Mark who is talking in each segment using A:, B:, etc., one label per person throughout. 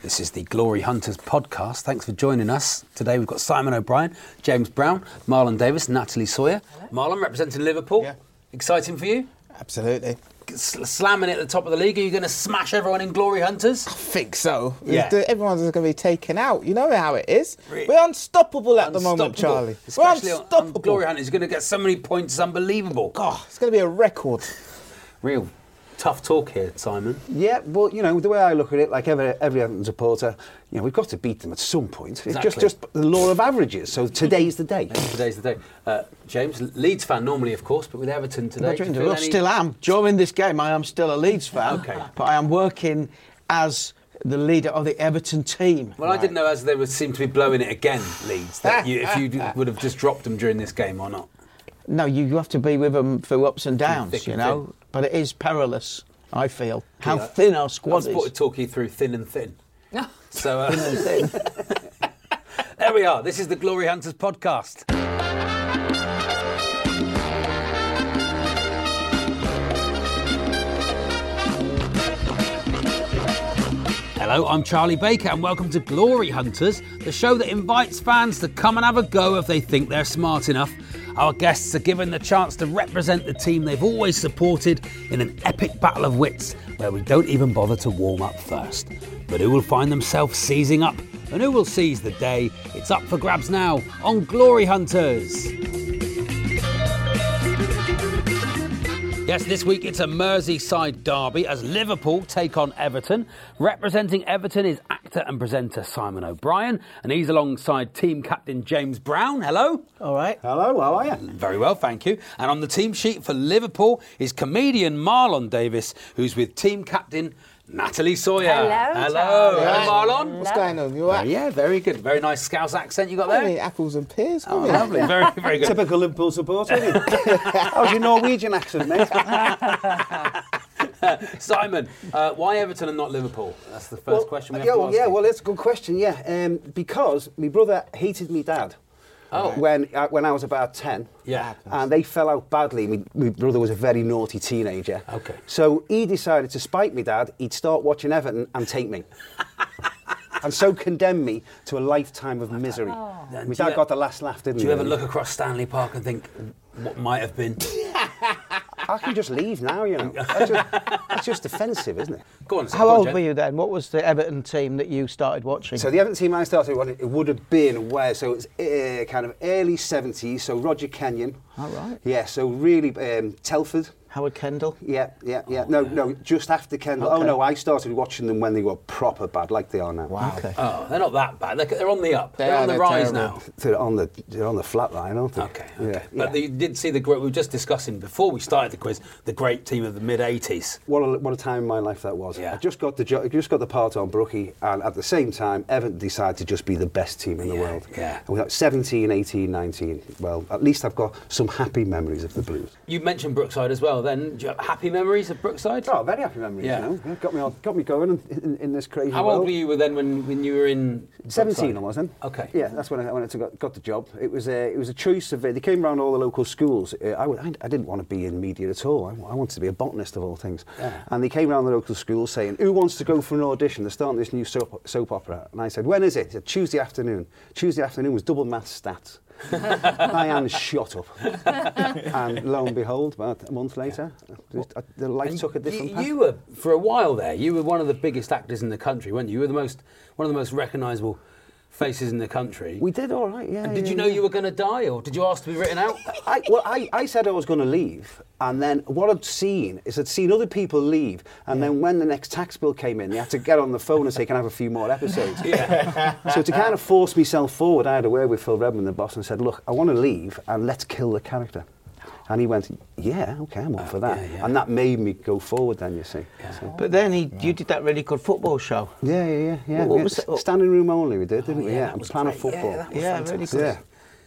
A: This is the Glory Hunters podcast. Thanks for joining us. Today we've got Simon O'Brien, James Brown, Marlon Davis, Natalie Sawyer. Marlon representing Liverpool.
B: Yeah.
A: Exciting for you?
B: Absolutely.
A: S- slamming it at the top of the league. Are you going to smash everyone in Glory Hunters?
B: Think so.
A: Yeah.
B: Everyone's going to be taken out. You know how it is.
A: Re-
B: We're unstoppable at the moment,
A: Unstoppable.
B: Charlie.
A: Especially
B: We're
C: um,
A: on-
B: unstoppable.
A: On Glory Hunters. You're going to get so many points, it's unbelievable.
B: God, it's going to be a record.
A: Real tough talk here, Simon.
C: Yeah, well, you know, the way I look at it, like every, every Everton supporter, you know, we've got to beat them at some point. It's
A: Exactly.
C: just, just the law of averages. So today's the day.
A: Today's the day. Uh, James, Leeds fan normally, of course, but with Everton today.
B: I
A: do you feel any-
B: still am. During this game, I am still a Leeds fan,
A: Okay.
B: but I am working as the leader of the Everton team.
A: Well, I didn't know as they would seem to be blowing it again, Leeds. That you, if you d- would have just dropped them during this game or not.
B: No, you, you have to be with them through ups and downs,
A: Thick
B: you
A: and
B: know.
A: thin.
B: But it is perilous, I feel, how
A: Yeah.
B: thin our
A: I
B: squad
A: was
B: is.
A: talking through thin and thin. so uh, there we are. This is the Glory Hunters podcast. Hello, I'm Charlie Baker, and welcome to Glory Hunters, the show that invites fans to come and have a go if they think they're smart enough. Our guests are given the chance to represent the team they've always supported in an epic battle of wits where we don't even bother to warm up first. But who will find themselves seizing up? And who will seize the day? It's up for grabs now on Glory Hunters. Yes, this week it's a Merseyside derby as Liverpool take on Everton. Representing Everton is actor and presenter Simon O'Brien, and he's alongside team captain James Brown. Hello.
B: All right.
C: Hello, how are you?
A: Very well, thank you. And on the team sheet for Liverpool is comedian Marlon Davis, who's with team captain Natalie Sawyer.
D: Hello,
A: Hello,
D: Charlie.
A: Hello, Marlon. Uh,
B: What's going on? You all right?
A: Yeah, very good. Very nice Scouse accent you got
B: I mean,
A: there.
B: apples and pears.
A: Oh,
B: wouldn't it?
A: lovely. Very, very good.
C: Typical Liverpool supporter. isn't it? that was your Norwegian accent, mate.
A: Simon, uh, why Everton and not Liverpool? That's the first question we have
C: yeah,
A: to
C: well,
A: ask.
C: yeah,
A: you.
C: well, that's a good question. Yeah, um, because my brother hated me dad.
A: Oh.
C: When uh, when I was about ten.
A: Yeah.
C: And they fell out badly. My, my brother was a very naughty teenager.
A: Okay.
C: So he decided to spite me dad. He'd start watching Everton and take me. and so condemn me to a lifetime of misery. My
A: Oh. Do
C: dad
A: you-
C: got the last laugh, didn't
A: Do
C: he?
A: you ever
C: really?
A: look across Stanley Park and think what might have been?
C: I can just leave now, you know. That's just, that's just offensive, isn't it?
A: Go on. Sam,
B: How
A: go on,
B: old
A: Jen.
B: were you then? What was the Everton team that you started watching?
C: So the Everton team I started with, it would have been where, so it's uh, kind of early 70s, so Roger Kenyon.
B: All right.
C: Yeah, so really um, Telford.
B: Howard Kendall.
C: Yeah, yeah,
A: Oh,
C: yeah. No, no, just after Kendall. Oh
B: Okay.
C: no, I started watching them when they were proper bad, like they are now.
B: Wow. Okay.
A: Oh, they're not that bad. They're, they're on the up.
B: They
A: They are
B: are,
A: on the
B: they're
A: rise
B: terrible.
A: now.
C: They're on the they're on the flat line, aren't they?
A: Okay, okay.
C: Yeah,
A: But
C: yeah.
A: you did see the great, we were just discussing before we started the quiz, the great team of the mid 80s.
C: What a, what a time in my life that was.
A: Yeah.
C: I just got the jo- I just got the part on Brookie, and at the same time, Everton decided to just be the best team in the
A: Yeah,
C: world.
A: yeah.
C: And without 17, 18, 19, well, at least I've got some happy memories of the Blues.
A: You mentioned Brookside as well then. Do you have happy memories of Brookside?
C: Oh, very happy memories.
A: Yeah.
C: You know? Yeah, got me all, got me going in, in, in this crazy
A: How
C: world.
A: old were you then when, when you were in.
C: Seventeen,
A: Brookside?
C: I was then.
A: Okay.
C: Yeah, that's when I, when I got, got the job. It was a it was a choice of uh, they came around all the local schools. Uh, I, would- I, I didn't want to be in media at all. I, I wanted to be a botanist of all things. And they came around the local schools saying, "Who wants to go for an audition? They're starting this new soap, soap opera." And I said, "When is it?" He said, "Tuesday afternoon." Tuesday afternoon was double maths stats. Diane shot up. and lo and behold, about a month later, just, I, the life
A: And
C: took a different
A: you,
C: path.
A: you were for a while there. You were one of the biggest actors in the country, weren't you? You were the most one of the most recognisable faces in the country.
C: we did all right, yeah.
A: and did
C: yeah,
A: you know
C: yeah.
A: you were going to die, or did you ask to be written out?
C: I, well, I, I said I was going to leave, and then what I'd seen is I'd seen other people leave, and then when the next tax bill came in, they had to get on the phone and say, "Can I have a few more episodes?" so to kind of force myself forward, I had a word with Phil Redmond, the boss, and said, "Look, I want to leave, and let's kill the character." And he went, "Yeah, okay, I'm up for that,"
A: Oh, yeah, yeah.
C: and that made me go forward. Then you see, So-
B: But then he, you did that really good football show.
C: yeah, yeah, yeah, yeah.
B: What- what
C: Yeah,
B: was
C: s-
B: that-
C: Standing room only, we did, didn't we?
A: Oh, yeah,
C: Yeah,
A: that
C: and
A: was
C: plan of
A: great. Yeah,
C: football.
A: that was fantastic.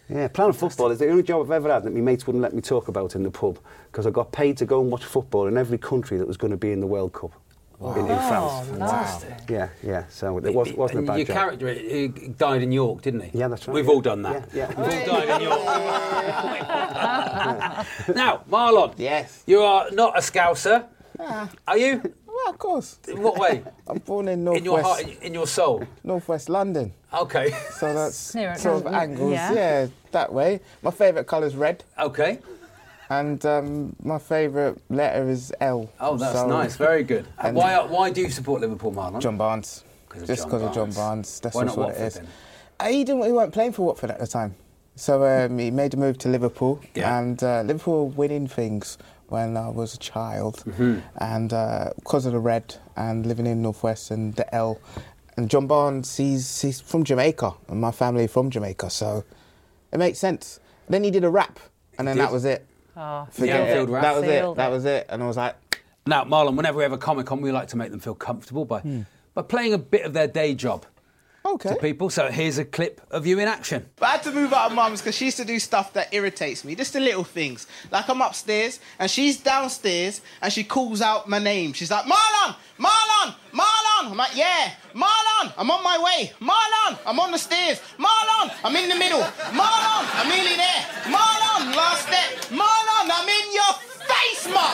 C: Yeah. Yeah, playing football is the only job I've ever had that my mates wouldn't let me talk about in the pub because I got paid to go and watch football in every country that was going to be in the World Cup in, in France. Yeah, yeah. So it was, wasn't
A: and
C: a bad
A: your
C: job.
A: character he died in York, didn't he?
C: Yeah, that's right,
A: We've
C: yeah.
A: all done that.
C: Yeah, yeah.
A: We've all died in York. now, Marlon.
D: Yes.
A: You are not a Scouser,
C: Ah.
A: are you?
D: Well, of course.
A: In what way?
D: I'm born in
A: in your
D: northwest
A: heart, in your soul.
D: northwest London,
A: Okay.
D: so that's
E: Near it,
D: sort of
E: London,
D: angles.
E: yeah.
D: Yeah. that way. My favourite colour is red,
A: Okay.
D: and um, my favourite letter is L.
A: Oh, that's
D: So-
A: nice. Very good.
D: and-
A: why, why do you support Liverpool, Marlon?
D: John Barnes.
A: 'Cause of
D: Just
A: John
D: because of John
A: Barnes.
D: Barnes. That's
A: Why
D: just
A: not
D: what it
A: Watford
D: is.
A: then?
D: Uh, He didn't. He weren't playing for Watford at the time, so um, he made a move to Liverpool,
A: Yeah.
D: and uh, Liverpool were winning things when I was a child,
A: Mm-hmm.
D: and uh, because of the red and living in Northwest and the L, and John Barnes, he's he's from Jamaica, and my family are from Jamaica, so it makes sense. Then he did a rap, and then
A: did?
D: that was it.
E: Oh,
D: Forget
A: Anfield
D: it.
A: rap.
D: That was it.
E: Sealed
D: That
E: it.
D: was it. And I was like,
A: Now, Marlon, whenever we have a Comic Con, we like to make them feel comfortable by,
C: Hmm.
A: by playing a bit of their day job
D: okay.
A: to people. So here's a clip of you in action.
F: But I had to move out of mum's because she used to do stuff that irritates me. Just the little things. Like I'm upstairs and she's downstairs and she calls out my name. She's like, Marlon! Marlon! Marlon! I'm like, yeah, Marlon! I'm on my way. Marlon! I'm on the stairs. Marlon! I'm in the middle. Marlon! I'm nearly there. Marlon! Last step. Marlon! I'm in your face, mum!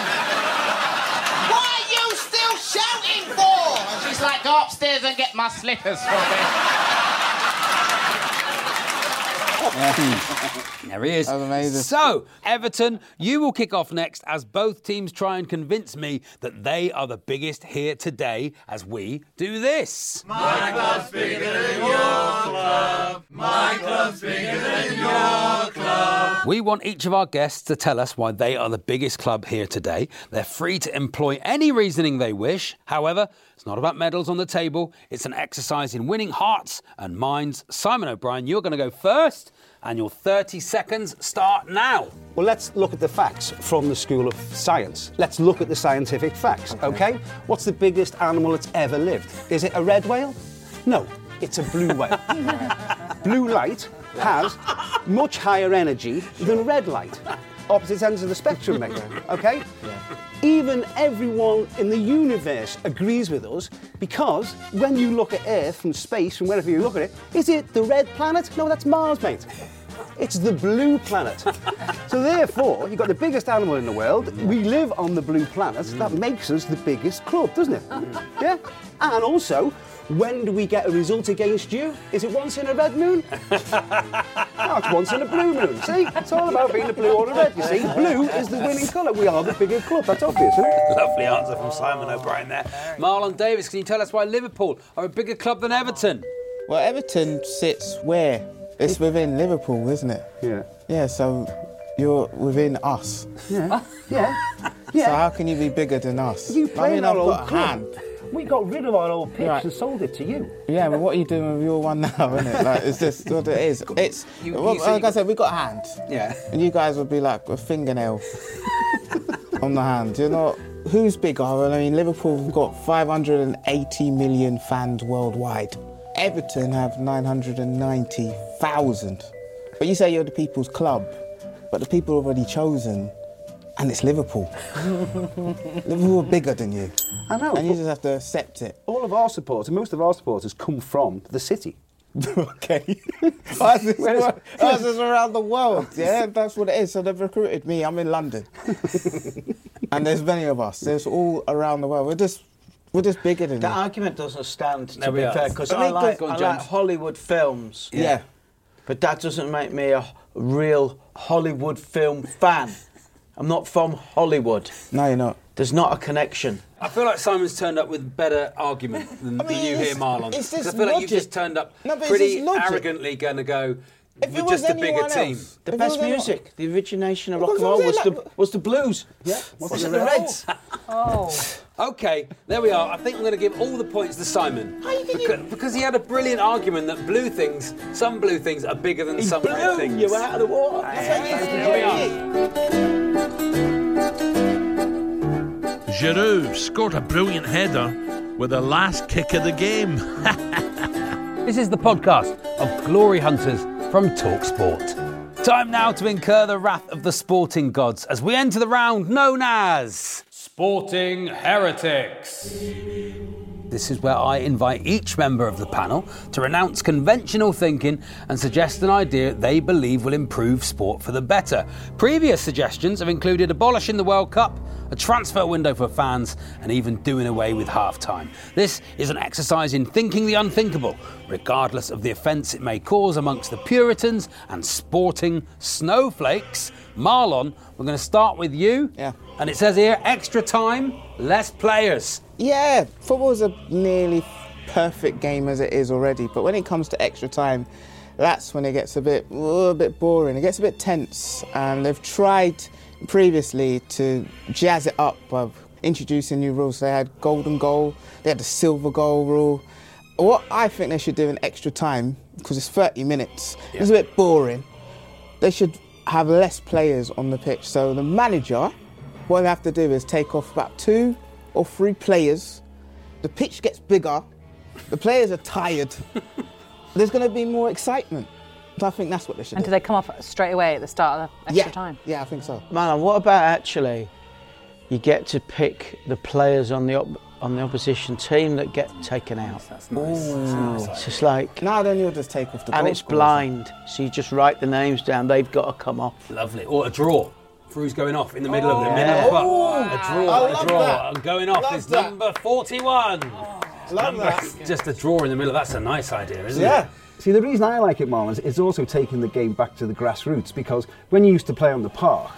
F: What are you still shouting for? And she's like, go upstairs and get my slippers for me.
A: There he is.
D: That's amazing.
A: So, Everton, you will kick off next as both teams try and convince me that they are the biggest here today as we do this. We want each of our guests to tell us why they are the biggest club here today. They're free to employ any reasoning they wish. However, it's not about medals on the table, it's an exercise in winning hearts and minds. Simon O'Brien, you're going to go first, and your 30 seconds start now.
C: Well, let's look at the facts from the School of Science. Let's look at the scientific facts, okay? What's the biggest animal that's ever lived? Is it a red whale? No, it's a blue whale. blue light has much higher energy than red light. Opposite ends of the spectrum, mate, okay? Even everyone in the universe agrees with us because when you look at Earth from space, from wherever you look at it, is it the red planet? No, that's Mars, mate. It's the blue planet. so therefore, you've got the biggest animal in the world. We live on the blue planet. That makes us the biggest club, doesn't it? Yeah. And also, when do we get a result against you? Is it once in a red moon? no, it's once in a blue moon. See, it's all about being a blue or a red. You see, blue is the winning colour. We are the bigger club. That's obvious, isn't it?
A: Lovely answer from Simon O'Brien there. Marlon Davis, can you tell us why Liverpool are a bigger club than Everton?
D: Well, Everton sits where? It's within Liverpool, isn't it?
C: Yeah.
D: Yeah, so you're within us.
C: Yeah. Yeah. Yeah.
D: So how can you be bigger than us?
C: You play
D: I mean,
C: in our
D: I've
C: old
D: got a
C: club.
D: hand.
C: We got rid of our old pitch
D: Right.
C: and sold it to you.
D: Yeah, but what are you doing with your one now, isn't it? Like, it's just what it is. It's
A: You-
D: well,
A: you say
D: like
A: you-
D: I said, we got a hand.
A: Yeah.
D: And you guys would be like a fingernail on the hand. You're not. Who's bigger? Well, I mean, Liverpool have got 580 million fans worldwide. Everton have 990,000. But you say you're the people's club, but the people have already chosen, and it's Liverpool. Liverpool are bigger than you.
C: I know.
D: And you
C: but-
D: just have to accept it.
C: all of our supporters, most of our supporters come from the city.
D: okay. Ours is,
C: Where is-
D: ours is around the world. Yeah, that's what it is. So they've recruited me. I'm in London, and there's many of us. There's all around the world. We're just we're just bigger than
B: That
D: you.
B: argument doesn't stand, to
A: No, we
B: be
A: are.
B: fair, because
A: I
B: I,
A: mean, go-
B: like,
A: go on,
B: I like
A: James.
B: Hollywood films.
D: Yeah.
B: But that doesn't make me a real Hollywood film fan. I'm not from Hollywood.
D: No, you're not.
B: There's not a connection.
A: I feel like Simon's turned up with better argument than,
E: I mean,
A: than you
E: it's-
A: here, Marlon.
E: it's
A: 'Cause I
E: just
A: feel like you
E: logic.
A: just turned up
E: No, but it's
A: pretty
E: just logic.
A: arrogantly going to go.
E: If it
A: We're
E: was
A: just a bigger
E: anyone
A: team.
E: else-
B: The
E: If
B: best
E: it was anyone-
B: music, the origination of rock
E: Well,
B: and roll was
E: that's what I'm
B: the, was the blues. Yeah, was
C: the
B: it the
C: Reds?
B: Reds?
E: Oh.
A: Okay, there we are. I think I'm going to give all the points to Simon.
E: How you gonna-
A: Because, because he had a brilliant argument that blue things, some blue things, are bigger than
B: He
A: some red
B: blew
A: things.
B: you out of the water.
A: There we are.
G: Giroud scored a brilliant header with the last kick of the game.
A: This is the podcast of Glory Hunters from Talk Sport. Time now to incur the wrath of the sporting gods as we enter the round known as Sporting Heretics. This is where I invite each member of the panel to renounce conventional thinking and suggest an idea they believe will improve sport for the better. Previous suggestions have included abolishing the World Cup, a transfer window for fans, and even doing away with halftime. This is an exercise in thinking the unthinkable, regardless of the offence it may cause amongst the Puritans and sporting snowflakes. Marlon, we're going to start with you.
D: Yeah.
A: And it says here extra time, less players.
D: Yeah, football's a nearly perfect game as it is already, but when it comes to extra time, that's when it gets a bit a bit boring. It gets a bit tense, and they've tried previously to jazz it up by introducing new rules. They had golden goal, they had the silver goal rule. What I think they should do in extra time because it's 30 minutes. It's a bit boring they should have less players on the pitch. So the manager, what they have to do is take off about two or three players. The pitch gets bigger. The players are tired. There's going to be more excitement. So I think that's what they should
E: And
D: do.
E: do they come off straight away at the start of the extra
D: yeah,
E: time?
D: yeah, I think so.
B: Man, what about actually? You get to pick the players on the op- on the opposition team that get taken out.
A: That's nice.
B: It's just like,
D: Now then, you'll just take off the.
B: and
D: goal
B: it's
D: scorers.
B: blind, so you just write the names down. They've got to come off.
A: Lovely. Or a draw. Who's going off in the middle of the middle
B: Yeah.
A: of the A draw,
E: Oh, I
A: a
E: love
A: draw.
E: that.
A: And going off
E: Love
A: is
E: that. Oh,
A: number 41.
E: Love
A: Just a draw in the middle. That's a nice idea, isn't it?
C: See, the reason I like it, Marlon, is it's also taking the game back to the grassroots because when you used to play on the park,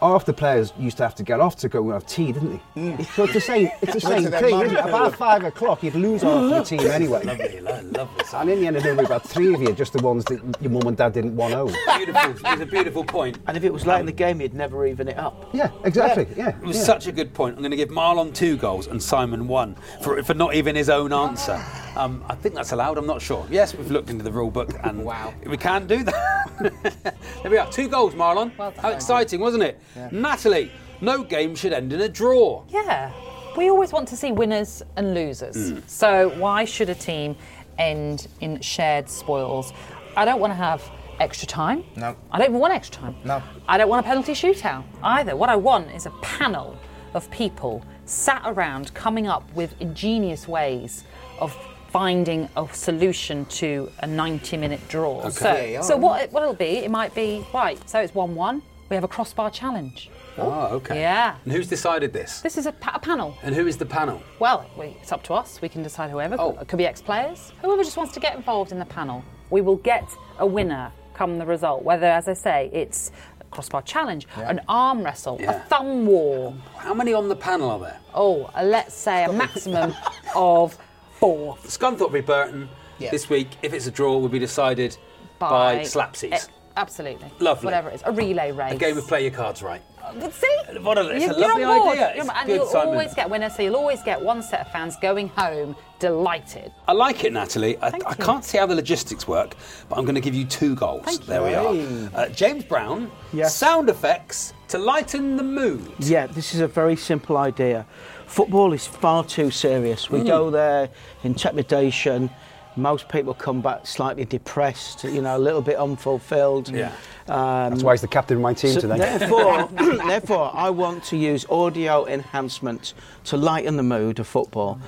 C: half the players used to have to get off to go and have tea, didn't they?
D: Mm.
C: So it's the same, it's the same
D: to their
C: thing.
D: mum.
C: isn't it? About five o'clock, you'd lose half your team anyway.
A: Lovely, lo- lovely. So
C: And in the end, there'd only be about three of you, just the ones that your mum and dad didn't want to.
A: beautiful. It's a beautiful point.
B: And if it was late in the game, you'd never even it up.
C: Yeah, exactly. Yeah.
A: It was
C: yeah.
A: such a good point. I'm going to give Marlon two goals and Simon one for, for not even his own answer. Um, I think that's allowed. I'm not sure. Yes, we've looked into the rule book and wow. we can do that. there we are. Two goals, Marlon.
E: Well done.
A: How exciting, wasn't it? Natalie, no game should end in a draw.
E: Yeah. We always want to see winners and losers.
D: Hmm.
E: So why should a team end in shared spoils? I don't want to have extra time.
D: No.
E: I don't even want extra time.
D: No.
E: I don't want a penalty shootout either. What I want is a panel of people sat around coming up with ingenious ways of finding a solution to a 90 minute draw. So,
D: Yeah,
E: so
D: yeah.
E: what, it, what it'll be, it might be, right, so it's 1 1. We have a crossbar challenge.
A: Oh, okay.
E: Yeah.
A: And who's decided this?
E: This is a, pa- a panel.
A: And who is the panel?
E: Well, we, it's up to us. We can decide whoever.
A: Oh.
E: It could be ex players. Whoever just wants to get involved in the panel. We will get a winner come the result. Whether, as I say, it's a crossbar challenge, an arm wrestle,
A: Yeah.
E: a thumb war.
A: How many on the panel are there?
E: Oh, uh, let's say a maximum of four.
A: Scunthorpe v Burton
D: Yeah.
A: this week. If it's a draw, will be decided by, slapsies.
E: Eh, absolutely.
A: Lovely.
E: Whatever it is. A relay race. Uh,
A: a game of play your cards right.
E: But see?
A: What a- it's
E: You-
A: a
E: you're
A: lovely
E: on board.
A: idea.
E: You're on-
A: It's
E: and
A: good,
E: you'll
A: Simon.
E: always get winners, so you'll always get one set of fans going home delighted.
A: I like it, Natalie. I,
E: Thank
A: I
E: you.
A: can't see how the logistics work, but I'm going to give you two goals.
E: Thank
A: there we are. Uh, James Brown,
B: Yes.
A: sound effects to lighten the mood.
B: Yeah, this is a very simple idea. Football is far too serious. We go there, intimidation. Most people come back slightly depressed, you know, a little bit unfulfilled.
A: Yeah.
B: Um,
C: That's why he's the captain of my team
B: so
C: today.
B: therefore, therefore, I want to use audio enhancement to lighten the mood of football.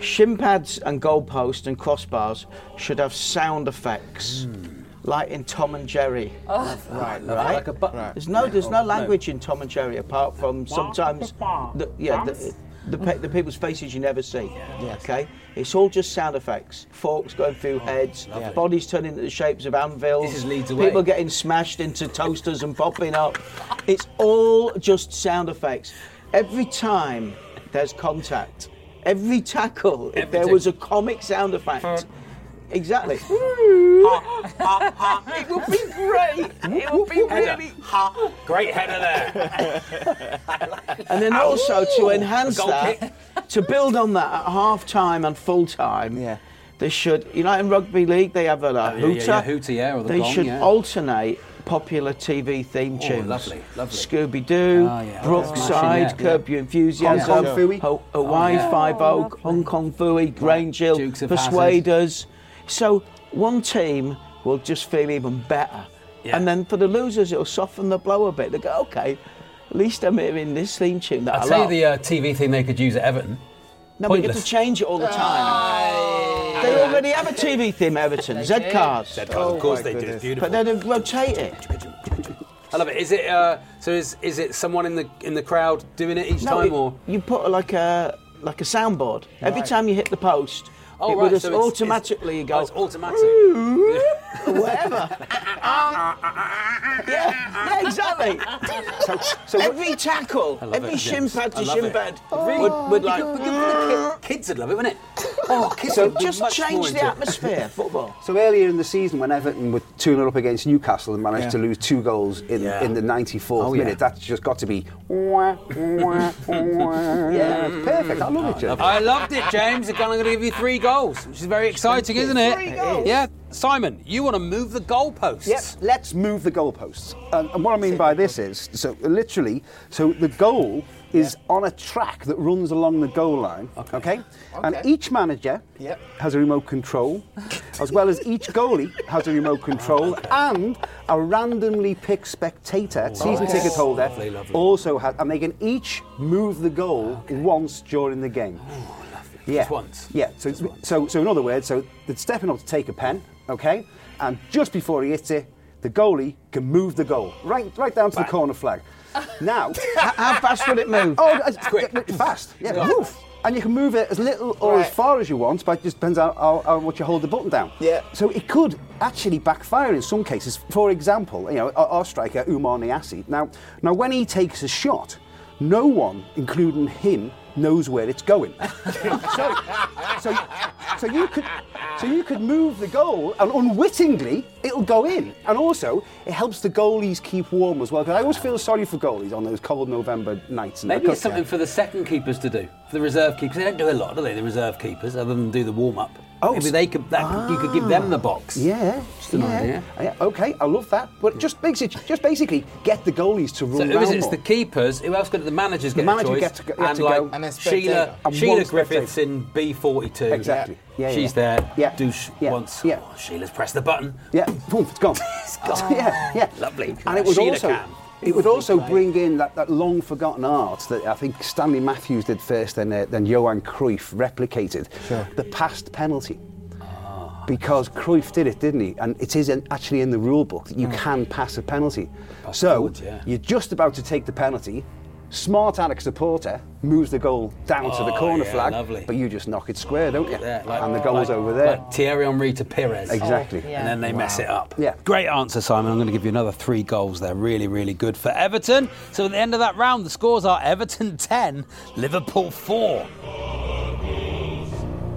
B: Shin pads and goalposts and crossbars should have sound effects, like in Tom and Jerry.
A: Right,
B: right. Oh,
A: Like a button.
B: There's no, there's no language in Tom and Jerry apart from sometimes, the, yeah, the, the, pe- the people's faces you never see. Okay, it's all just sound effects. Forks going through heads, bodies turning into the shapes of anvils.
A: This is Leeds away.
B: people getting smashed into toasters and popping up. It's all just sound effects. Every time there's contact, every tackle, if there was a comic sound effect. Exactly. It would be great. It would be really
A: Ha! Great header there.
B: And then also to enhance
A: Goal
B: that, to build on that at half time and full time,
D: Yeah.
B: they should. You know, in rugby league they have a, like,
A: Oh, yeah, yeah,
B: hooter.
A: yeah, hooter, yeah, or the
B: they
A: gong,
B: should
A: yeah.
B: alternate popular TV theme
A: Oh,
B: tunes.
A: lovely, lovely.
B: Scooby Doo,
A: Oh, yeah,
B: Brookside,
A: smashing, yeah,
B: Curb Your Enthusiasm,
C: Hong Kong Fooey.
B: Ho- Hawaii
A: Oh, yeah.
B: Five
E: Oh,
B: O, Hong Kong Fooey, Grange Hill,
A: Dukes of Hazzard.
B: Persuaders. So one team will just feel even better.
A: Yeah.
B: And then for the losers, it'll soften the blow a bit. They go, okay, at least I'm hearing this theme tune that I
A: I'll tell you
B: love."
A: the uh, TV thing they could use at Everton.
B: No, but you have to
A: Pointless.
B: change it all the time. They already have a TV theme, Everton. Z cars.
A: of course they do. Beautiful.
B: Oh, But then they rotate it.
A: I love it. Is it uh, so? Is is it someone in the in the crowd doing it each time,
B: it-
A: or
B: you put like a like a soundboard. Every time you hit the post,
A: oh
B: it
A: right,
B: would just
A: so it's- it's-
B: automatically
A: oh,
B: go
A: it's automatic.
B: whatever. yeah, yeah, exactly. so, every tackle,
A: I love
B: every
A: it,
B: shin
A: James.
B: pad
A: I
B: to
A: love
B: shin
A: it.
B: pad
A: Really?
B: Oh,
C: Oh,
B: would, would
A: You
B: like. Mm.
A: could- you could- the ki- kids would love it, wouldn't it? Oh, kids
B: So
A: would be
B: just
A: much more
B: change the
A: into it.
B: atmosphere, football.
C: So earlier in the season, when Everton were 2 0 up against Newcastle and managed to lose two goals in,
A: Yeah.
C: in the 94th
B: yeah.
C: minute, that's just got to be. wah, wah, wah. yeah, it's perfect. I love it, Jim.
A: I loved it, James. I'm going to give you three goals, which is very exciting, isn't it?
B: Three goals.
A: Yeah, Simon, you want to move the goalposts.
C: Yep, let's move the goalposts. And, and what I mean by this is, so literally, so the goal is on a track that runs along the goal line, okay? And each manager
D: Yep.
C: has a remote control, as well as each goalie has a remote control, and a randomly picked spectator, season ticket holder,
A: Lovely, lovely.
C: also has, and they can each move the goal once during the game.
A: Oh,
C: Yeah.
A: Just once.
C: Yeah. So, so, so in other words, so they're stepping up to take a pen, okay, and just before he hits it, the goalie can move the goal right, right down to the corner flag. Now,
B: How fast would it move?
C: oh, it's
A: quick.
C: fast. Yeah.
A: gone.
C: Woof. And you can move it as little or as
B: Right.
C: far as you want, but it just depends on how, how much you hold the button down.
B: Yeah.
C: So it could actually backfire in some cases. For example, you know, our, our striker Umar Niasi. Now, now when he takes a shot, no one, including him, knows where it's going. so, so, so you could, so you could move the goal, and unwittingly it'll go in. And also, it helps the goalies keep warm as well. Because I always feel sorry for goalies on those cold November nights. and
A: Maybe
C: that
A: it's
C: kind of-
A: something for the second keepers to do, for the reserve keepers. They don't do a lot, do they? The reserve keepers, other than do the warm up.
C: Oh,
A: maybe
C: so-
A: they could. That, could- You could give them the box.
C: Yeah,
A: Just an
C: yeah.
A: idea.
C: Yeah, Okay, I love that. But just makes it just basically get the goalies to run
A: So who is
C: round
A: it? It's the
C: more.
A: keepers. Who else? Could the managers get
C: The manager
A: a choice?
C: gets to go- get
A: and
C: to
A: like
C: go.
D: And a
A: Sheila,
D: spectator.
C: And
A: Sheila
C: one
A: Griffiths in B forty two.
C: Exactly. Yeah, yeah,
A: She's
C: yeah.
A: there.
C: Yeah,
A: Douche
C: yeah,
A: once.
C: yeah.
A: Oh, Sheila's pressed the button.
C: Yeah, boom, it's gone. it's gone. Yeah, yeah.
A: Lovely.
C: And it would
A: Sheila
C: also
A: Cam.
C: it would also bring in that, that long forgotten art that I think Stanley Matthews did first, then uh, then Johan Cruyff replicated the past penalty. Because Cruyff did it, didn't he? And it is in, actually in the rule book that you can pass a penalty. so
A: forward, yeah.
C: you're just about to take the penalty. Smart Alex supporter moves the goal down to the
A: Oh,
C: corner
A: yeah,
C: flag,
A: lovely.
C: but you just knock it square, don't you?
A: There, like-
C: and the goal's
A: like-
C: over there.
A: Like Thierry Henry to Perez.
C: Exactly.
E: Oh, yeah.
A: And then they mess it up.
C: Yeah.
A: Great answer, Simon. I'm going to give you another three goals. They're really, really good for Everton. So at the end of that round, the scores are Everton 10, Liverpool 4.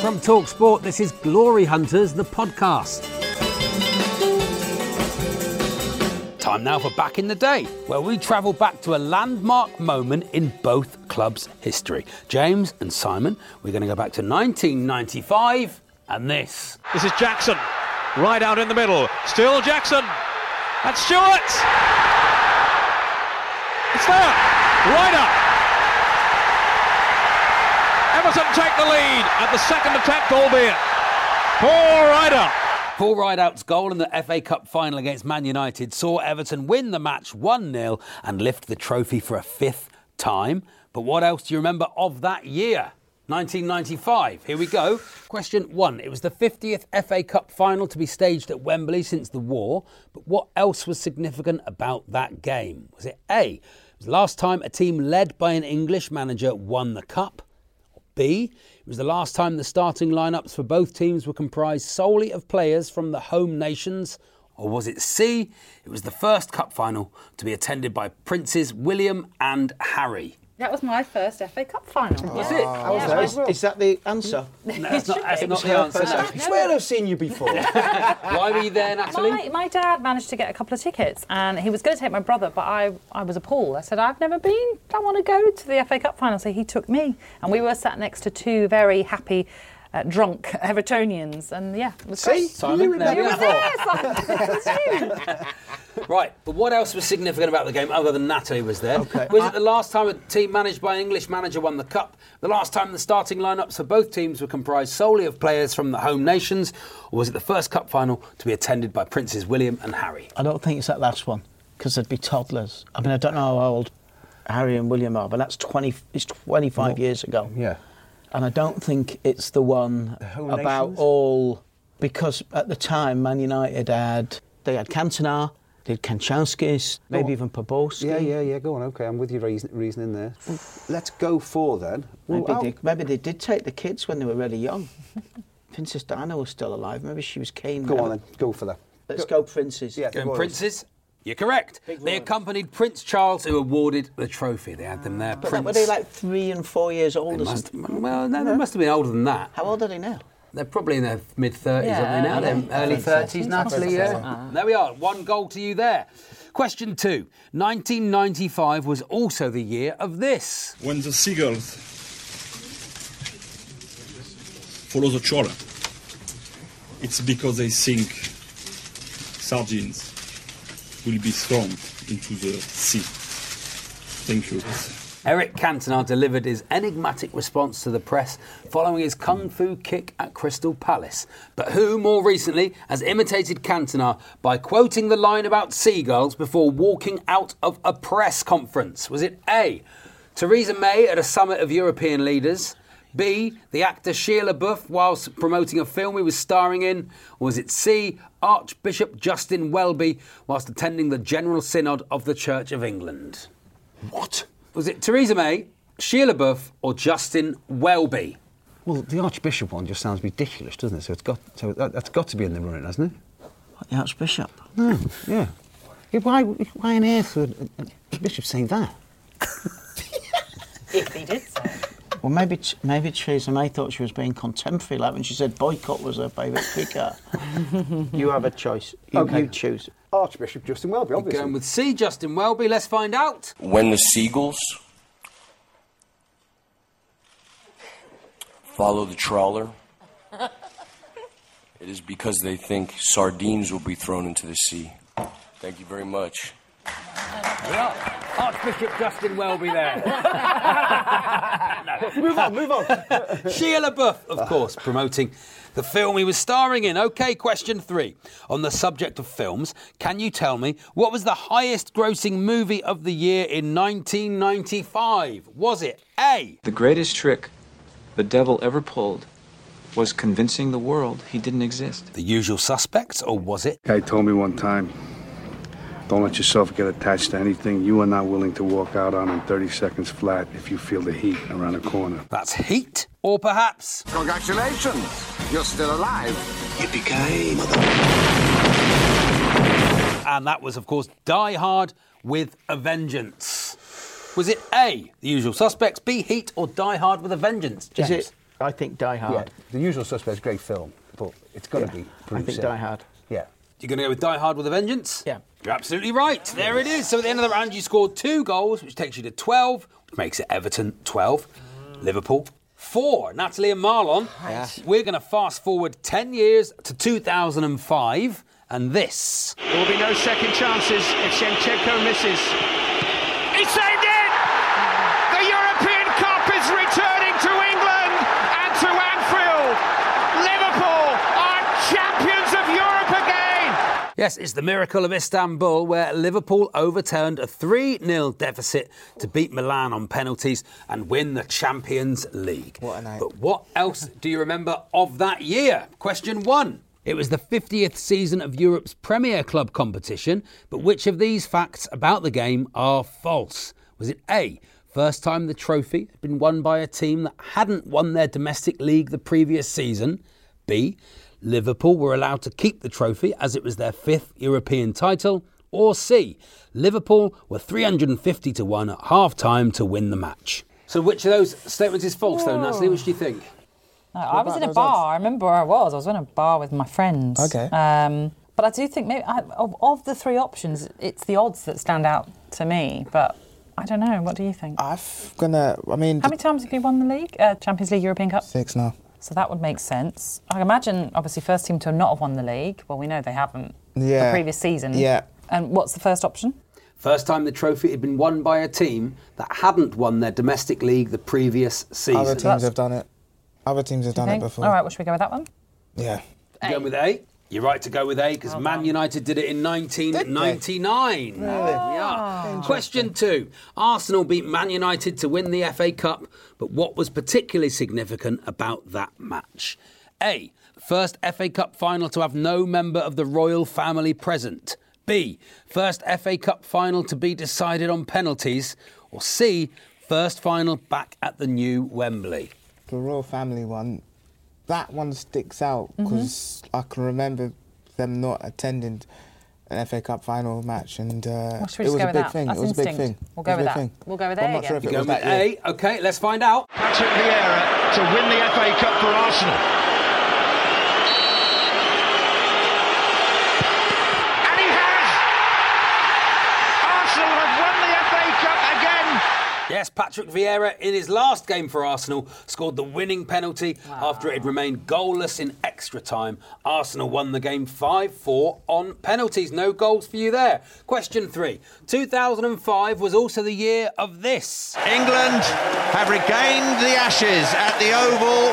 A: From Talksport, this is Glory Hunters, the podcast. Time now for Back in the Day, where we travel back to a landmark moment in both clubs' history. James and Simon, we're going to go back to 1995 and this.
H: This is Jackson, right out in the middle. Still Jackson. And Stewart! It's there! Right up! Everton take the lead at the second attempt, albeit. Paul Ryder.
A: Paul Rideout's goal in the FA Cup final against Man United saw Everton win the match 1 0 and lift the trophy for a fifth time. But what else do you remember of that year? 1995. Here we go. Question one. It was the 50th FA Cup final to be staged at Wembley since the war, but what else was significant about that game? Was it A? It was the last time a team led by an English manager won the cup. B. It was the last time the starting lineups for both teams were comprised solely of players from the home nations. Or was it C? It was the first cup final to be attended by Princes William and Harry.
E: That was my first FA Cup final.
B: Was it? Oh,
E: Yeah.
B: is, is that the answer?
E: No,
A: that's not- that's not the answer, no.
B: I swear I've seen you before.
A: Why were you there, Natalie?
E: My, my dad managed to get a couple of tickets and he was going to take my brother, but I, I was appalled. I said, I've never been, I want to go to the FA Cup final. So he took me. And we were sat next to two very happy, uh, drunk Evertonians. And yeah, it was
A: See?
E: great.
A: Simon, You were there
E: You
A: you
E: were
A: go.
E: there, Simon. It's you.
A: Right, but what else was significant about the game other than Natalie was there? Was it the last time a team managed by an English manager won the cup? The last time the starting lineups for both teams were comprised solely of players from the home nations? Or was it the first cup final to be attended by Princes William and Harry?
B: I don't think it's that last one because there'd be toddlers. I mean, I don't know how old Harry and William are, but that's 20, it's 25 years ago. Yeah. And I don't think it's the one
C: Whole
B: about
C: Nations?
B: all, because at the time, Man United had, they had Cantona, they had Kanchanskis, maybe even Poborski.
C: Yeah, yeah, yeah. Go on. Okay, I'm with your reason, reasoning there. Let's go for then.
B: Maybe,
C: Well,
B: they, maybe they did take the kids when they were really young. Princess Diana was still alive. Maybe she was keen.
C: Go on then. Go for that.
B: Let's go, Princes. Yeah,
A: And Princes? You're correct. They accompanied Prince Charles, who awarded the trophy. They had them there.
B: But
A: Prince.
B: were they like three and four years old or
A: must-
B: something?
A: well, no, they must have been older than that.
B: How old are they now?
A: They're probably in their mid 30s,
B: Yeah,
A: aren't they now?
B: yeah.
A: They're early
B: I think so.
A: 30s,
B: I think so.
A: Natalie. Yeah. There we are. One goal to you there. Question two. 1995 was also the year of this.
I: When the seagulls follow the trawler, it's because they think sardines will be thrown into the sea. Thank you.
A: Eric Cantona delivered his enigmatic response to the press following his kung fu kick at Crystal Palace. But who more recently has imitated Cantona by quoting the line about seagulls before walking out of a press conference? Was it A. Theresa May at a summit of European leaders? B. The actor Shia LaBeouf whilst promoting a film he was starring in? Or was it C. Archbishop Justin Welby whilst attending the General Synod of the Church of England? What? Was it Theresa May, Sheila LaBeouf, or Justin Welby?
C: Well, the Archbishop one just sounds ridiculous, doesn't it? So it's got so that, that's got to be in the running, hasn't it?
B: the Archbishop?
C: No. Yeah. yeah why why on earth would a bishop say that?
E: If he did say.
B: Well, maybe t- maybe Theresa May thought she was being contemporary, like when she said boycott was her favourite figure. you have a choice. You,
C: Okay. Oh,
B: you choose.
C: Archbishop Justin Welby, obviously.
A: Going with C, Justin Welby. Let's find out.
J: When the seagulls follow the trawler, it is because they think sardines will be thrown into the sea. Thank you very much.
A: Archbishop Justin Welby there.
C: Move on, move on.
A: Shia LaBeouf, of course, promoting the film he was starring in. Okay, question three. On the subject of films, can you tell me what was the highest grossing movie of the year in 1995? Was it A?
K: The greatest trick the devil ever pulled was convincing the world he didn't exist.
A: The usual suspects, or was it?
L: Guy told me one time, don't let yourself get attached to anything you are not willing to walk out on in 30 seconds flat if you feel the heat around the corner.
A: That's heat, or perhaps.
M: Congratulations! You're still alive. Yippee-ki-yay,
A: And that was, of course, Die Hard with a Vengeance. Was it A, The Usual Suspects, B, Heat, or Die Hard with a Vengeance? James?
B: Is it? I think Die Hard.
C: Yeah, The Usual Suspects, great film, but it's got to be.
B: I think
C: Bruce,
B: Die
C: eh?
B: Hard.
C: Yeah.
A: You're going to go with Die Hard with a Vengeance? Yeah. You're absolutely right. There it is. So at the end of the round, you scored two goals, which takes you to 12, which makes it Everton 12, Liverpool 4. Natalie and Marlon, we're going to fast forward 10 years to 2005, and this.
H: There will be no second chances if Shevchenko misses.
N: He saved it! The European Cup is returning to England and to Anfield. Liverpool are champions of Europe again.
A: Yes, it's the miracle of Istanbul, where Liverpool overturned a 3 0 deficit to beat Milan on penalties and win the Champions League. What a night. But what else do you remember of that year? Question one. It was the 50th season of Europe's Premier Club competition, but which of these facts about the game are false? Was it A? First time the trophy had been won by a team that hadn't won their domestic league the previous season. B. Liverpool were allowed to keep the trophy as it was their fifth European title. Or C. Liverpool were 350 to 1 at half time to win the match. So, which of those statements is false, though, Natalie? Which do you think?
E: No, I was
A: about
E: in a
A: those
E: bar. I remember where I was. I was in a bar with my friends.
A: Okay.
E: Um, but I do think maybe I, of, of the three options, it's the odds that stand out to me. But I don't know. What do you think?
D: I've gonna. I mean,
E: How many times have you won the league? Uh, Champions League, European Cup.
D: six now.
E: So that would make sense. I imagine, obviously, first team to not have won the league. Well, we know they haven't.
A: Yeah.
E: The previous season.
A: Yeah.
E: And what's the first option?
A: First time the trophy had been won by a team that hadn't won their domestic league the previous season.
D: Other teams have done it. Other teams have done it
E: Think?
D: before.
E: All right, well, should we go with that one?
D: Yeah.
A: You going with A? You're right to go with A because Man United did Oh. it in 1999. Yeah. Question two Arsenal beat Man United to win the FA Cup, but what was particularly significant about that match? A. First FA Cup final to have no member of the royal family present. B. First FA Cup final to be decided on penalties. Or C. First final back at the new Wembley.
D: The royal family one. That one sticks out
E: Mm-hmm.
D: because I can remember them not attending an FA Cup final match, and uh,
E: Well, should we
D: it
E: just
D: was
E: go with
D: a big
E: that?
D: thing.
E: That's
D: it was a big
E: instinct.
D: thing.
E: We'll
D: It
E: go with
D: was a big
E: that.
D: Thing.
E: We'll go with
D: But
E: A
D: I'm not sure if
E: again.
D: it
A: You're
D: was
A: going with
D: that year.
A: A? Okay, let's find out.
N: Patrick Vieira to win the FA Cup for Arsenal. And he has! Arsenal have won the FA Cup again!
A: Yes, Patrick Vieira, in his last game for Arsenal, scored the winning penalty after it had remained goalless in extra time. Arsenal won the game 5 4 on penalties. No goals for you there. Question three 2005 was also the year of this.
N: England have regained the Ashes at the Oval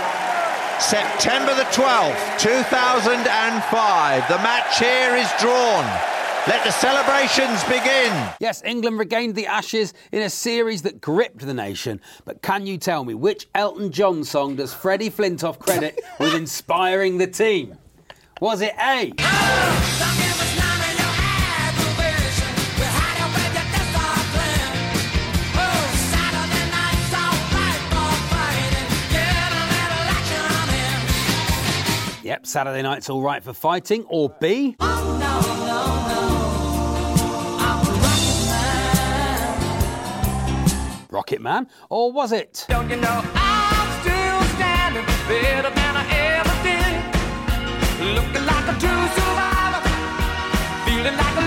N: September the 12th, 2005. The match here is drawn. Let the celebrations begin.
A: Yes, England regained the Ashes in a series that gripped the nation. But can you tell me which Elton John song does Freddie Flintoff credit with inspiring the team? Was it A? Yep, Saturday night's all right for fighting, or B? Rocket Man, or was it?
N: Don't you know I'm still standing better than I ever did? Looking like a true survivor, feeling like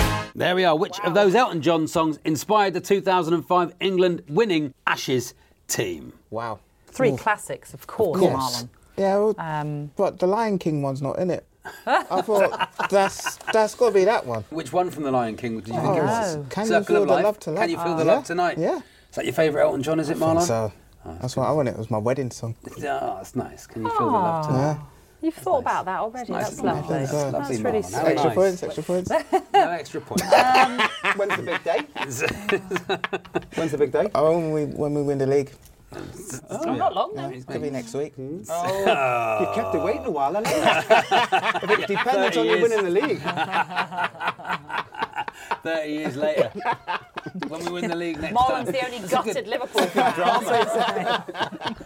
N: a little kid.
A: There we are. Which of those Elton John songs inspired the 2005 England winning Ashes team?
D: Wow.
E: Three classics, of course,
D: Yes.
E: Marlon. Um,
D: Yeah, well, but the Lion King one's not in it. I thought that's that's got to be that one.
A: Which one from The Lion King did you
D: Oh,
A: think it was?
D: wow. Can You
A: Circle
D: Feel
A: of
D: the
A: Life?
D: Love Tonight?
A: Can you feel
D: Ah.
A: the
D: Yeah.
A: love tonight?
D: Yeah.
A: Is that your favourite Elton John? Is it, Marlon? Ah,
D: So that's what I want. It was my wedding song. Ah.
A: Yeah, it's Ah, nice. Can you feel the love
E: Aw.
A: tonight?
E: You've thought about that already.
A: nice,
E: That's
A: isn't it?
E: lovely.
A: That's
E: That's,
A: lovely,
E: really
A: Marlon.
E: sweet.
A: How
D: Extra
A: nice.
D: points, extra points.
A: No extra points.
C: When's the big day?
D: When's the big day? Oh, when we, when we win the league.
E: Oh, not long then.
D: Could be next week.
C: Oh, you've kept it waiting a while, haven't you? if it depends on you
A: years.
C: winning the league.
A: 30 years later. when we win the league next time.
E: Marlon's the only
A: That's a
E: gutted
A: good-
E: Liverpool fan.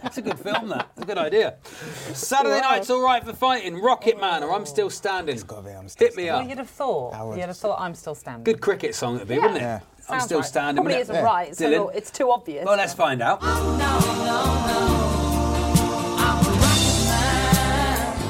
A: It's a good film, that. It's a good idea. Saturday night's all right for fighting. Rocket Man or I'm Still Standing. Hit me
E: Well,
A: up.
E: you'd have thought. You'd have thought I'm still standing.
A: Good cricket song it'd be, wouldn't it?
E: Yeah.
A: I'm
E: Sounds
A: Still
E: right.
A: Standing.
E: Probably
A: wouldn't
E: isn't
A: it?
E: right. So
A: Dylan?
E: look, it's Oh, too obvious.
A: Well, let's find out.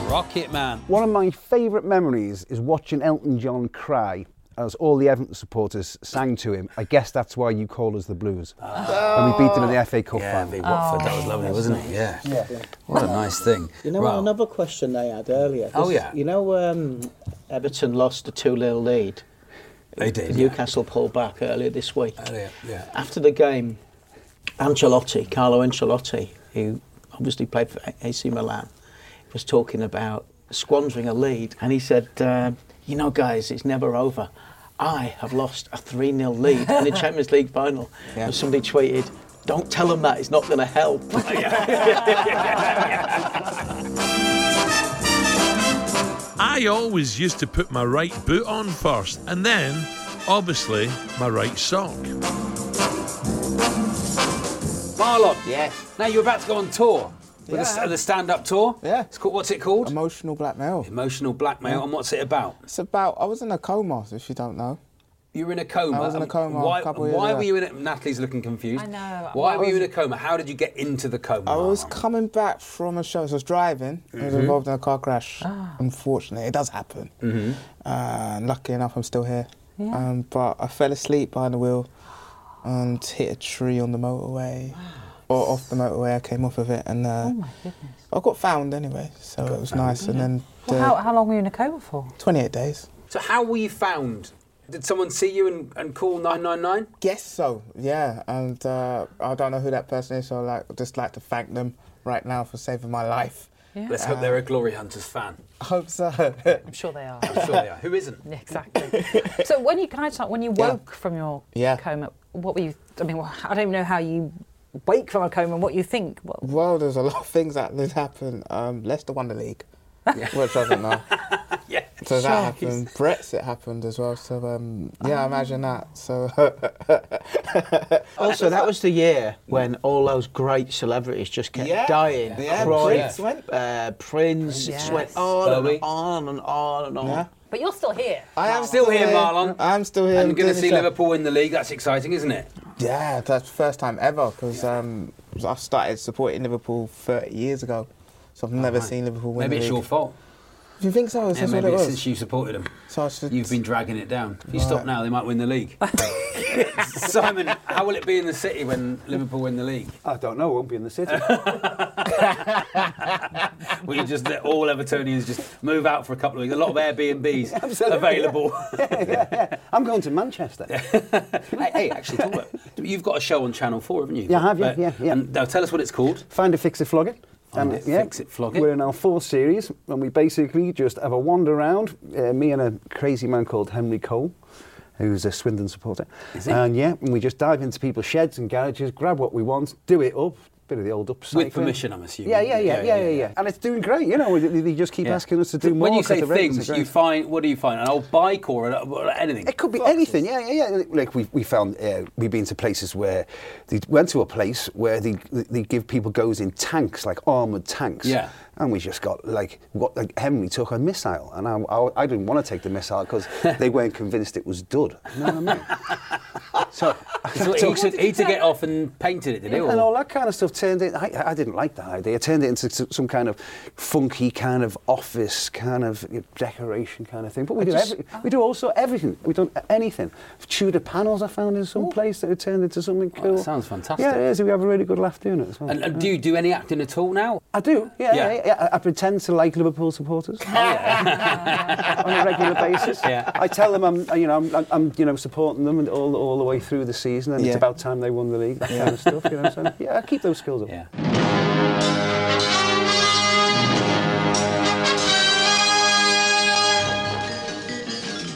A: Rocket Man.
C: One of my favourite memories is watching Elton John cry as all the Everton supporters sang to him. I guess that's why you call us the Blues. When we beat them in the FA Cup
A: Yeah,
C: final.
E: Oh.
A: they Watford. That was lovely, wasn't it? Yeah. What a nice thing.
B: You know,
A: Right.
B: another question they had earlier.
A: Oh,
B: 'cause
A: yeah.
B: You know, um, Everton lost a 2 0 lead.
A: They did, yeah.
B: Newcastle pulled back earlier this week.
A: Earlier, yeah.
B: After the game, Ancelotti, Carlo Ancelotti, who obviously played for A- AC Milan, was talking about squandering a lead. And he said, um, You know, guys, it's never over. I have lost a 3 0 lead in the Champions League final. And somebody tweeted, Don't tell them that, it's not going to help.
G: I always used to put my right boot on first and then, obviously, my right sock.
A: Marlon. Yes. Now you're about to go on tour. With
D: Yeah.
A: the, stand up tour.
D: Yeah.
A: It's called, what's it called?
D: Emotional blackmail.
A: Emotional blackmail. And what's it about?
D: It's about. I was in a coma, if you don't know.
A: You were in a coma.
D: I was in a
A: Um,
D: coma a
A: Why,
D: couple of years
A: why
D: ago.
A: were you in it? Natalie's looking confused.
E: I know.
A: Why
E: I
A: were you in a coma? How did you get into the coma?
D: I was coming back from a show. So I was driving. I was
A: Mhm.
D: involved in a car crash. Unfortunately, it does happen. Uh, lucky enough, I'm still here.
E: Yeah.
D: Um, but I fell asleep behind the wheel and hit a tree on the motorway. Or off the motorway, I came off of it, and uh, I got found anyway, so it was nice. And then
E: Well,
D: the-
E: how, how long were you in a coma for?
D: 28 days.
A: So how were you found? Did someone see you and, and call 999?
D: Guess so, yeah. And uh, I don't know who that person is, so I like, just like to thank them right now for saving my life.
A: Let's hope they're a Glory Hunters fan.
D: I hope so.
E: I'm sure they are.
A: I'm sure they are. Who isn't?
E: Yeah, exactly. so when you can I just, when you
D: Yeah.
E: woke from your
D: Yeah.
E: coma, what were you? I mean, well, I don't even know how you wake from a coma and what you think. Well,
D: Well, there's a lot of things that did happen. Um, Leicester won the league, which I didn't know.
A: yeah.
D: So that
A: Jeez.
D: happened. Brexit happened as well. So um, yeah, imagine that. So
B: Also, that was the year when all those great celebrities just kept
D: Yeah.
B: dying.
D: Yeah,
B: Cruyff,
D: Prince went.
B: Uh, Prince
E: Yes.
B: went on
A: Bowie.
B: and on and on and on.
E: but you're still here.
D: Mm. I am
A: Still here, Marlon.
D: I'm still here.
A: And going to
D: doing
A: see
D: the show.
A: Liverpool win the league. That's exciting, isn't it?
D: Yeah, that's the first time ever because um, I started supporting Liverpool 30 years ago, so I've never seen Liverpool win.
A: Maybe
D: the
A: it's your
D: league.
A: fault.
D: Do you think so? Is
A: Yeah,
D: this what
A: maybe
D: it
A: it's
D: was?
A: since you supported them.
D: So I should-
A: You've been dragging it down. If you stop now, they might win the league. Simon, how will it be in the city when Liverpool win the league?
C: I don't know, won't be in the city.
A: Will you just let all Evertonians just move out for a couple of weeks? A lot of Airbnbs
C: Absolutely,
A: available.
C: I'm going to Manchester.
A: hey, hey, actually, talk about, you've got a show on Channel 4, haven't you?
C: Yeah, I have, yeah,
A: Uh,
C: yeah, yeah.
A: And now tell us what it's called.
C: Find a fix it, flog it.
A: Find it, fix it, flog it.
C: We're in our fourth series, and we basically just have a wander around. Uh, me and a crazy man called Henry Cole, who's a Swindon supporter.
A: Is he?
C: And yeah, and we just dive into people's sheds and garages, grab what we want, do it up. Bit of the old upcycling.
A: With permission, I'm assuming.
C: uh, Yeah, yeah, yeah, yeah, yeah, yeah. And it's doing great. You know, they, they just keep
A: Yeah.
C: asking us to do
A: when
C: more.
A: you
C: 'cause
A: say
C: the ratings
A: things,
C: are
A: you
C: great.
A: find what do you find? An old bike or an- or anything?
C: It could be anything, yeah, yeah, yeah. Like we, we found, uh, we've been to places where they went to a place where they they give people goes in tanks, like armored tanks.
A: Yeah.
C: And we just got like what like Henry took a missile, and I, I, I didn't want to take the missile because they weren't convinced it was dud. You know what I mean? So,
A: So he, took, he took it off and painted it, did he?
C: and
A: or-
C: all that kind of stuff turned it. I, I didn't like that idea. It turned it into s- some kind of funky kind of office kind of you know, decoration kind of thing. But we
O: I
C: do
O: just-
C: every, we do also everything. We don't anything. Tudor panels I found in some place that it turned into something cool.
A: Oh, sounds fantastic.
C: Yeah, it is. We have a really good laugh doing it as well.
A: And, and do you do any acting at all now?
C: I do. Yeah,
A: Yeah.
C: yeah. yeah, I, I pretend to like Liverpool supporters on a regular basis.
A: Yeah.
C: I tell them I'm, uh, you know, I'm, I'm, you know, supporting them and all, all the way through the season, and it's
A: Yeah.
C: about time they won the league. That kind of stuff. You know, so yeah, I keep those skills up. Yeah.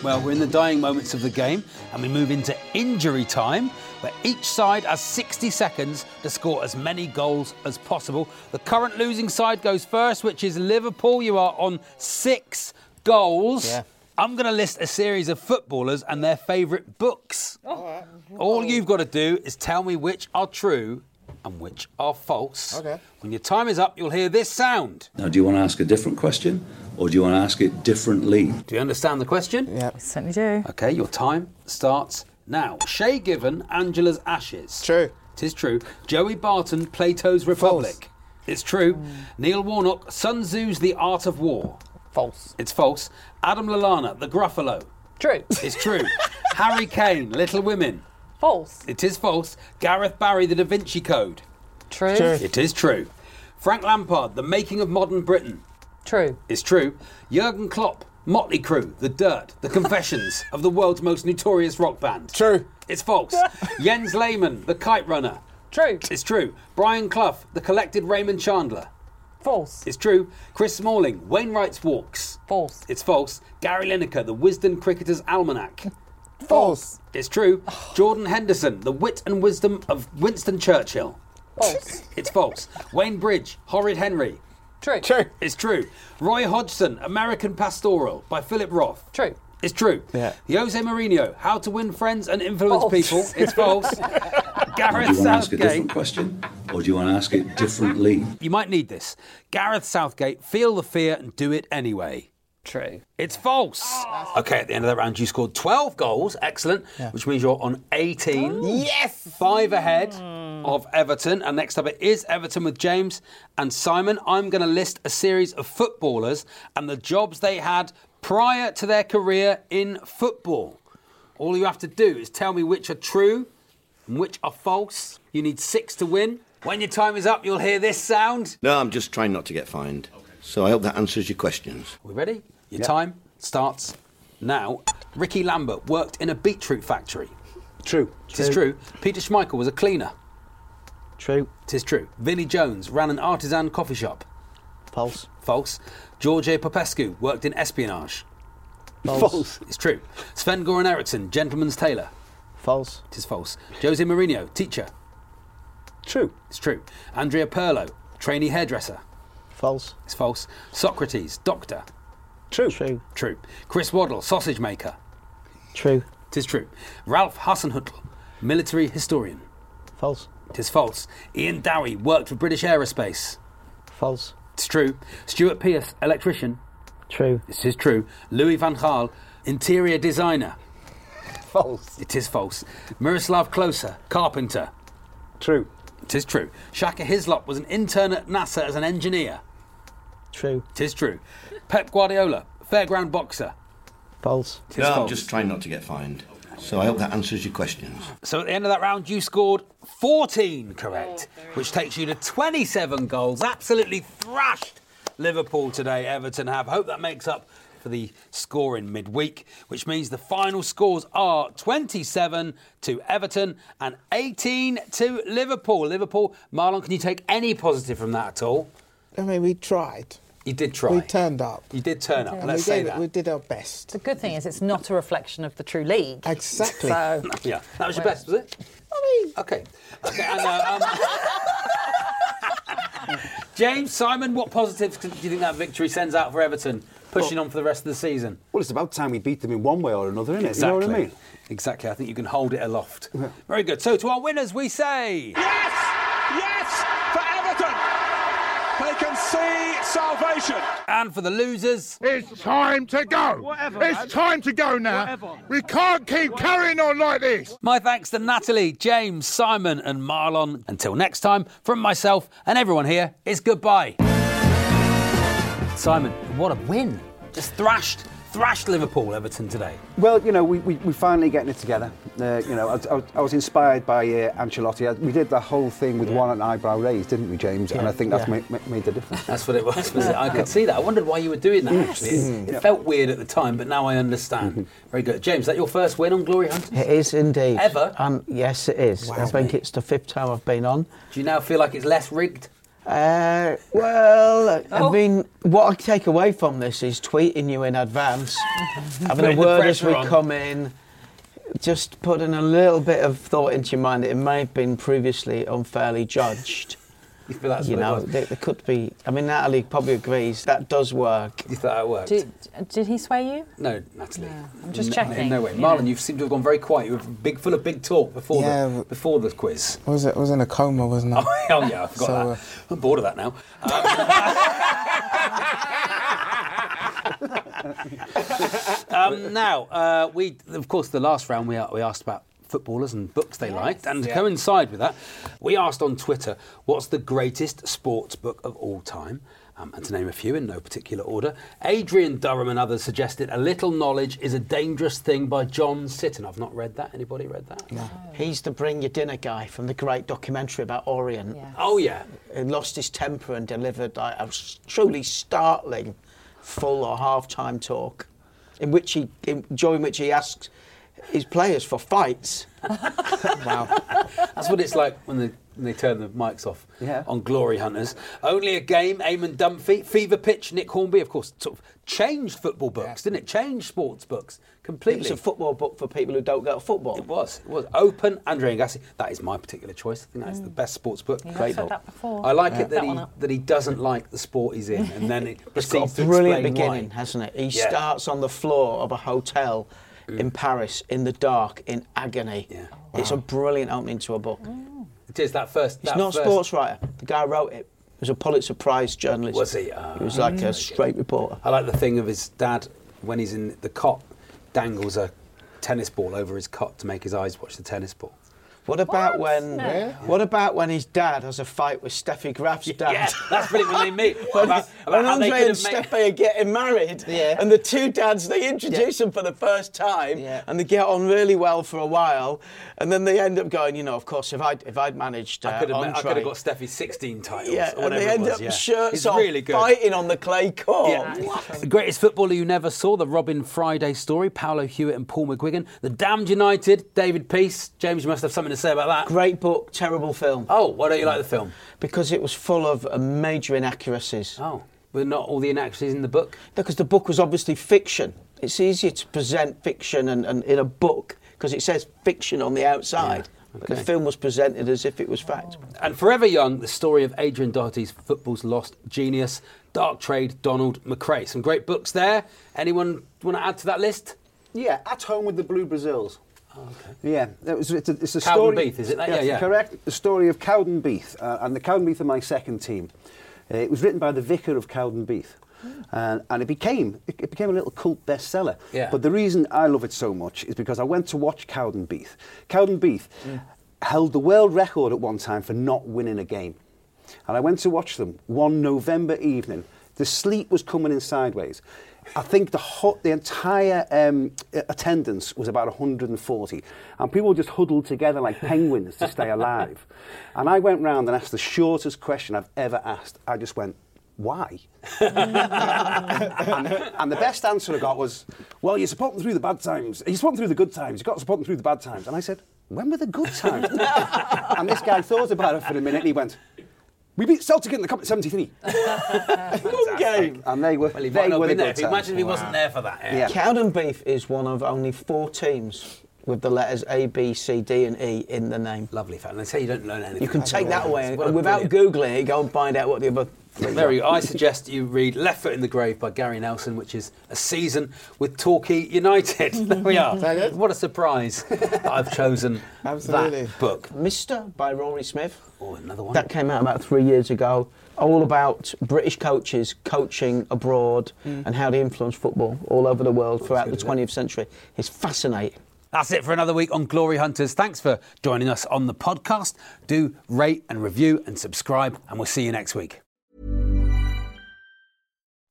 A: Well, we're in the dying moments of the game and we move into injury time, where each side has 60 seconds to score as many goals as possible. The current losing side goes first, which is Liverpool. You are on six goals.
O: Yeah.
A: I'm going to list a series of footballers and their favourite books. All you've got to do is tell me which are true and which are false. Okay. When your time is up, you'll hear this sound.
P: Now, do you want to ask a different question or do you want to ask it differently?
A: Do you understand the question?
D: Yeah.
A: certainly do. Okay, your time starts now. Shay Given, Angela's Ashes. True. It is true. Joey Barton, Plato's Republic. It's true. Neil Warnock, Sun Tzu's The Art of War. False. It's false. Adam Lalana, The Gruffalo. True. It's true. Harry Kane, Little Women. False. It is false. Gareth Barry, The Da Vinci Code. True.
O: True.
A: It is true. Frank Lampard, The Making of Modern Britain. True. It's true. Jurgen Klopp, Motley Crue, The Dirt, The Confessions of the world's most notorious rock band. True. It's false. Jens Lehmann, The Kite Runner. True. It's true. Brian Clough, The Collected Raymond Chandler. False. It's true. Chris Smalling, Wainwright's Walks. False. It's false. Gary Lineker, The Wisden Cricketer's Almanac. False. It's true. Jordan Henderson, The Wit and Wisdom of Winston Churchill. False. It's false. Wayne Bridge, Horrid Henry. True. True. It's true. Roy Hodgson, American Pastoral by Philip Roth. True. It's true.
O: Yeah.
A: Jose Mourinho, How to Win Friends and Influence People. It's false.
P: Now, do
A: Gareth
P: you want to ask a
A: Southgate.
P: different question or do you want to ask it differently?
A: You might need this. Gareth Southgate, feel the fear and do it anyway. True. It's false. Okay, at the end of that round, you scored 12 goals. Excellent. Which means you're on 18. Yes! Five ahead of Everton. And next up, it is Everton with James and Simon. I'm going to list a series of footballers and the jobs they had prior to their career in football. All you have to do is tell me which are true and which are false. You need six to win. When your time is up, you'll hear this sound.
Q: No, I'm just trying not to get fined. So I hope that answers your questions.
A: We ready? Your time starts now. Ricky Lambert worked in a beetroot factory. True. Tis true. Peter Schmeichel was a cleaner. True. Tis true. Vinnie Jones ran an artisan coffee shop. False. False. George A. Popescu worked in espionage.
B: False.
A: It's true. Sven Goran Eriksson, gentleman's tailor. False. Tis false. Jose Mourinho, teacher. True. It's true. Andrea Perlo, trainee hairdresser. False. It's false. Socrates, doctor. True. True. True. Chris Waddle, sausage maker. True. Tis true. Ralph Hassenhutl, military historian. False. Tis false. Ian Dowie worked for British Aerospace. False. It's true. Stuart Pearce, electrician. True. This is true. Louis van Gaal, interior designer. False. It is false. Miroslav Klose, carpenter. True. It is true. Shaka Hislop was an intern at NASA as an engineer. True. It is true. Pep Guardiola, fairground boxer.
Q: False.
A: It's
Q: No, I'm
A: false.
Q: just trying not to get fined. So I hope that answers your questions.
A: So at the end of that round, you scored 14 correct, which takes you to 27 goals. Absolutely thrashed Liverpool today, Everton have. Hope that makes up for the score in midweek, which means the final scores are 27 to Everton and 18 to Liverpool. Liverpool, Marlon, can you take any positive from that at all?
D: I mean, we tried.
A: You did try.
D: We turned up.
A: You did turn up,
D: And
A: let's
D: we
A: say
D: gave it-
A: that.
D: We did our best.
E: The good thing is it's not a reflection of the true league.
D: Exactly.
E: So,
A: yeah, that was your best, was it? I mean, okay, okay. And, uh, um, James Simon, what positives do you think that victory sends out for Everton, pushing on for the rest of the season?
C: Well, it's about time we beat them in one way or another, isn't it?
A: Exactly.
C: You know what I mean?
A: Exactly. I think you can hold it aloft. Very good. So to our winners, we say
O: Yes! For Everton! They can see salvation.
A: And for the losers,
R: it's time to go.
A: Whatever,
R: it's
A: man.
R: time to go now.
A: Whatever.
R: We can't keep carrying on like this.
A: My thanks to Natalie, James, Simon, and Marlon. Until next time, from myself and everyone here, it's goodbye. Simon, what a win! Just thrashed, thrashed Liverpool, Everton today.
C: Well, you know, we, we, we're finally getting it together. Uh, you know, I, was- I, was- I was inspired by uh, Ancelotti. I- We did the whole thing with one eyebrow raised, didn't we, James? And
A: Yeah,
C: I think that's
A: yeah.
C: ma- ma- made the difference.
A: That's what it was, was it? I could see that. I wondered why you were doing that.
C: Yes.
A: Actually, it,
C: Mhm.
A: it felt weird at the time, but now I understand. Very good, James. Is that your first win on Glory Hunters?
B: It is indeed.
A: Ever?
B: Um, yes, it is. I think it's the fifth time I've been on.
A: Do you now feel like it's less rigged?
B: Uh, well,
A: Oh.
B: I mean, what I take away from this is tweeting you in advance, having
A: Putting
B: a
A: the
B: word as
A: pressure
B: we
A: on.
B: come in, just putting a little bit of thought into your mind. It may have been previously unfairly judged.
A: You feel that's
B: you
A: what it
B: know,
A: was?
B: there, there could be. I mean, Natalie probably agrees that does work.
A: You thought that worked?
E: Did, did he swear you?
A: No, Natalie.
E: I'm just
A: No-
E: checking,
A: No way,
E: you
A: Marlon.
E: know.
A: You seem to have gone very quiet. You were big, full of big talk before
D: Yeah,
A: the before the quiz.
D: I was, I was in a coma, wasn't I?
A: Oh yeah, I forgot
D: So,
A: that. I'm bored of that now. Um, um, now, uh, we of course the last round we we asked about footballers and books they liked, and to
F: Yeah.
A: coincide with that, we asked on Twitter what's the greatest sports book of all time. Um, and to name a few in no particular order, Adrian Durham and others suggested A Little Knowledge is a Dangerous Thing by John Sitton. I've not read that. Anybody read that? No.
B: He's the bring your dinner guy from the great documentary about Orient.
A: Oh, yeah.
B: He lost his temper and delivered like, a s- truly startling full or half time talk in which he, in, during which he asks his players for fights.
A: That's what it's like when they, when they turn the mics off on Glory Hunters. Only a Game, Eamon Dunphy, Fever Pitch, Nick Hornby, of course, sort of changed football books, didn't it? Changed sports books completely.
B: It's a football book for people who don't go to football.
A: It was. It was. Open, Andre Agassi. That is my particular choice. I think that's the best sports book.
B: You have Great Mm. said book. that before.
A: I like
B: Yeah.
A: it that,
B: That
A: he,
B: one up.
A: that he doesn't like the sport he's in and then it
B: It's got
A: proceeds
B: a
A: to
B: brilliant
A: explain why.
B: beginning, hasn't it? He
A: Yeah. Mm.
B: starts on the floor of a hotel in Paris in the dark in agony. It's a brilliant opening to a book.
A: It is that first.
B: It's
A: that
B: not a
A: first-
B: sports writer. The guy who wrote it. was a Pulitzer Prize journalist.
A: Was he? Ah.
B: he was like
A: Mm.
B: a straight reporter.
A: I like the thing of his dad when he's in the cot, dangles a tennis ball over his cot to make his eyes watch the tennis ball.
B: What about when?
A: No. Yeah.
B: What about when his dad has a fight with Steffi Graf's dad?
A: Yeah, that's brilliant when they meet.
B: When,
A: about, about
B: when
A: how they
B: Andre
A: could
B: and
A: have made-
B: Steffi are getting married, and the two dads they introduce them for the first time, and they get on really well for a while, and then they end up going, you know, of course, if I would if I'd managed, uh,
A: I could have, met- I
B: Andre-
A: could have got Steffi 16 titles.
B: yeah, and they
A: or whatever it
B: end
A: was,
B: up
A: yeah.
B: shirts
A: It's
B: off,
A: really good.
B: fighting on the clay court.
A: Yeah. The greatest footballer you never saw, the Robin Friday story, Paolo Hewitt and Paul McGuigan. The Damned United, David Peace. James, you must have something to say about that.
B: Great book, terrible film.
A: Oh, why don't you like the film?
B: Because it was full of uh, major inaccuracies.
A: Oh, but not all the inaccuracies in the book?
B: Because the book was obviously fiction. It's easier to present fiction and, and in a book because it says fiction on the outside. But the
A: okay.
B: film was presented as if it was fact.
A: And Forever Young, the story of Adrian Doherty's football's lost genius, Dark Trade, Donald McRae. Some great books there. Anyone want to add to that list?
C: Yeah, at home with the Blue Brazils.
B: Oh,
C: Yeah, it was, it's a, it's a
A: Cowden
C: story.
A: Beath, is it that? Yeah, yeah.
C: Correct. The story of Cowdenbeath uh, and the Cowdenbeath are my second team. Uh, it was written by the vicar of Cowdenbeath. And, and it became it, it became a little cult bestseller.
A: Yeah.
C: But the reason I love it so much is because I went to watch Cowdenbeath. Cowdenbeath held the world record at one time for not winning a game. And I went to watch them one November evening. The sleep was coming in sideways. I think the ho- the entire um, a- attendance was about 140, and people just huddled together like penguins to stay alive. And I went round and asked the shortest question I've ever asked. I just went, "Why?" and, and the best answer I got was, "Well, you support them through the bad times. You support them through the good times. You've got to support them through the bad times." And I said, "When were the good times?" and this guy thought about it for a minute. and He went, "We beat Celtic in the Cup at '73."
B: One game.
C: And they were.
A: Well, he
C: they
A: might not
C: were
A: have been
C: the
A: there.
C: good
A: Imagine if he
C: times.
A: wasn't there for that. Yeah.
B: Cowdenbeath is one of only four teams with the letters A, B, C, D, and E in the name.
A: Lovely, fan. They say you don't learn anything.
B: You can take that away
A: Well,
B: and without Googling it, go and find out what the other.
A: There you go. I suggest you read Left Foot in the Grave by Gary Nelson, which is a season with Torquay United. There we are. What a surprise that I've chosen
B: Absolutely.
A: that book.
B: Mister by Rory Smith.
A: Oh, another one.
B: That came out about three years ago. All about British coaches coaching abroad
A: Mm.
B: and how they influence football all over the world throughout the
A: good, isn't
B: 20th century. It's fascinating.
A: That's it for another week on Glory Hunters. Thanks for joining us on the podcast. Do rate and review and subscribe, and we'll see you next week.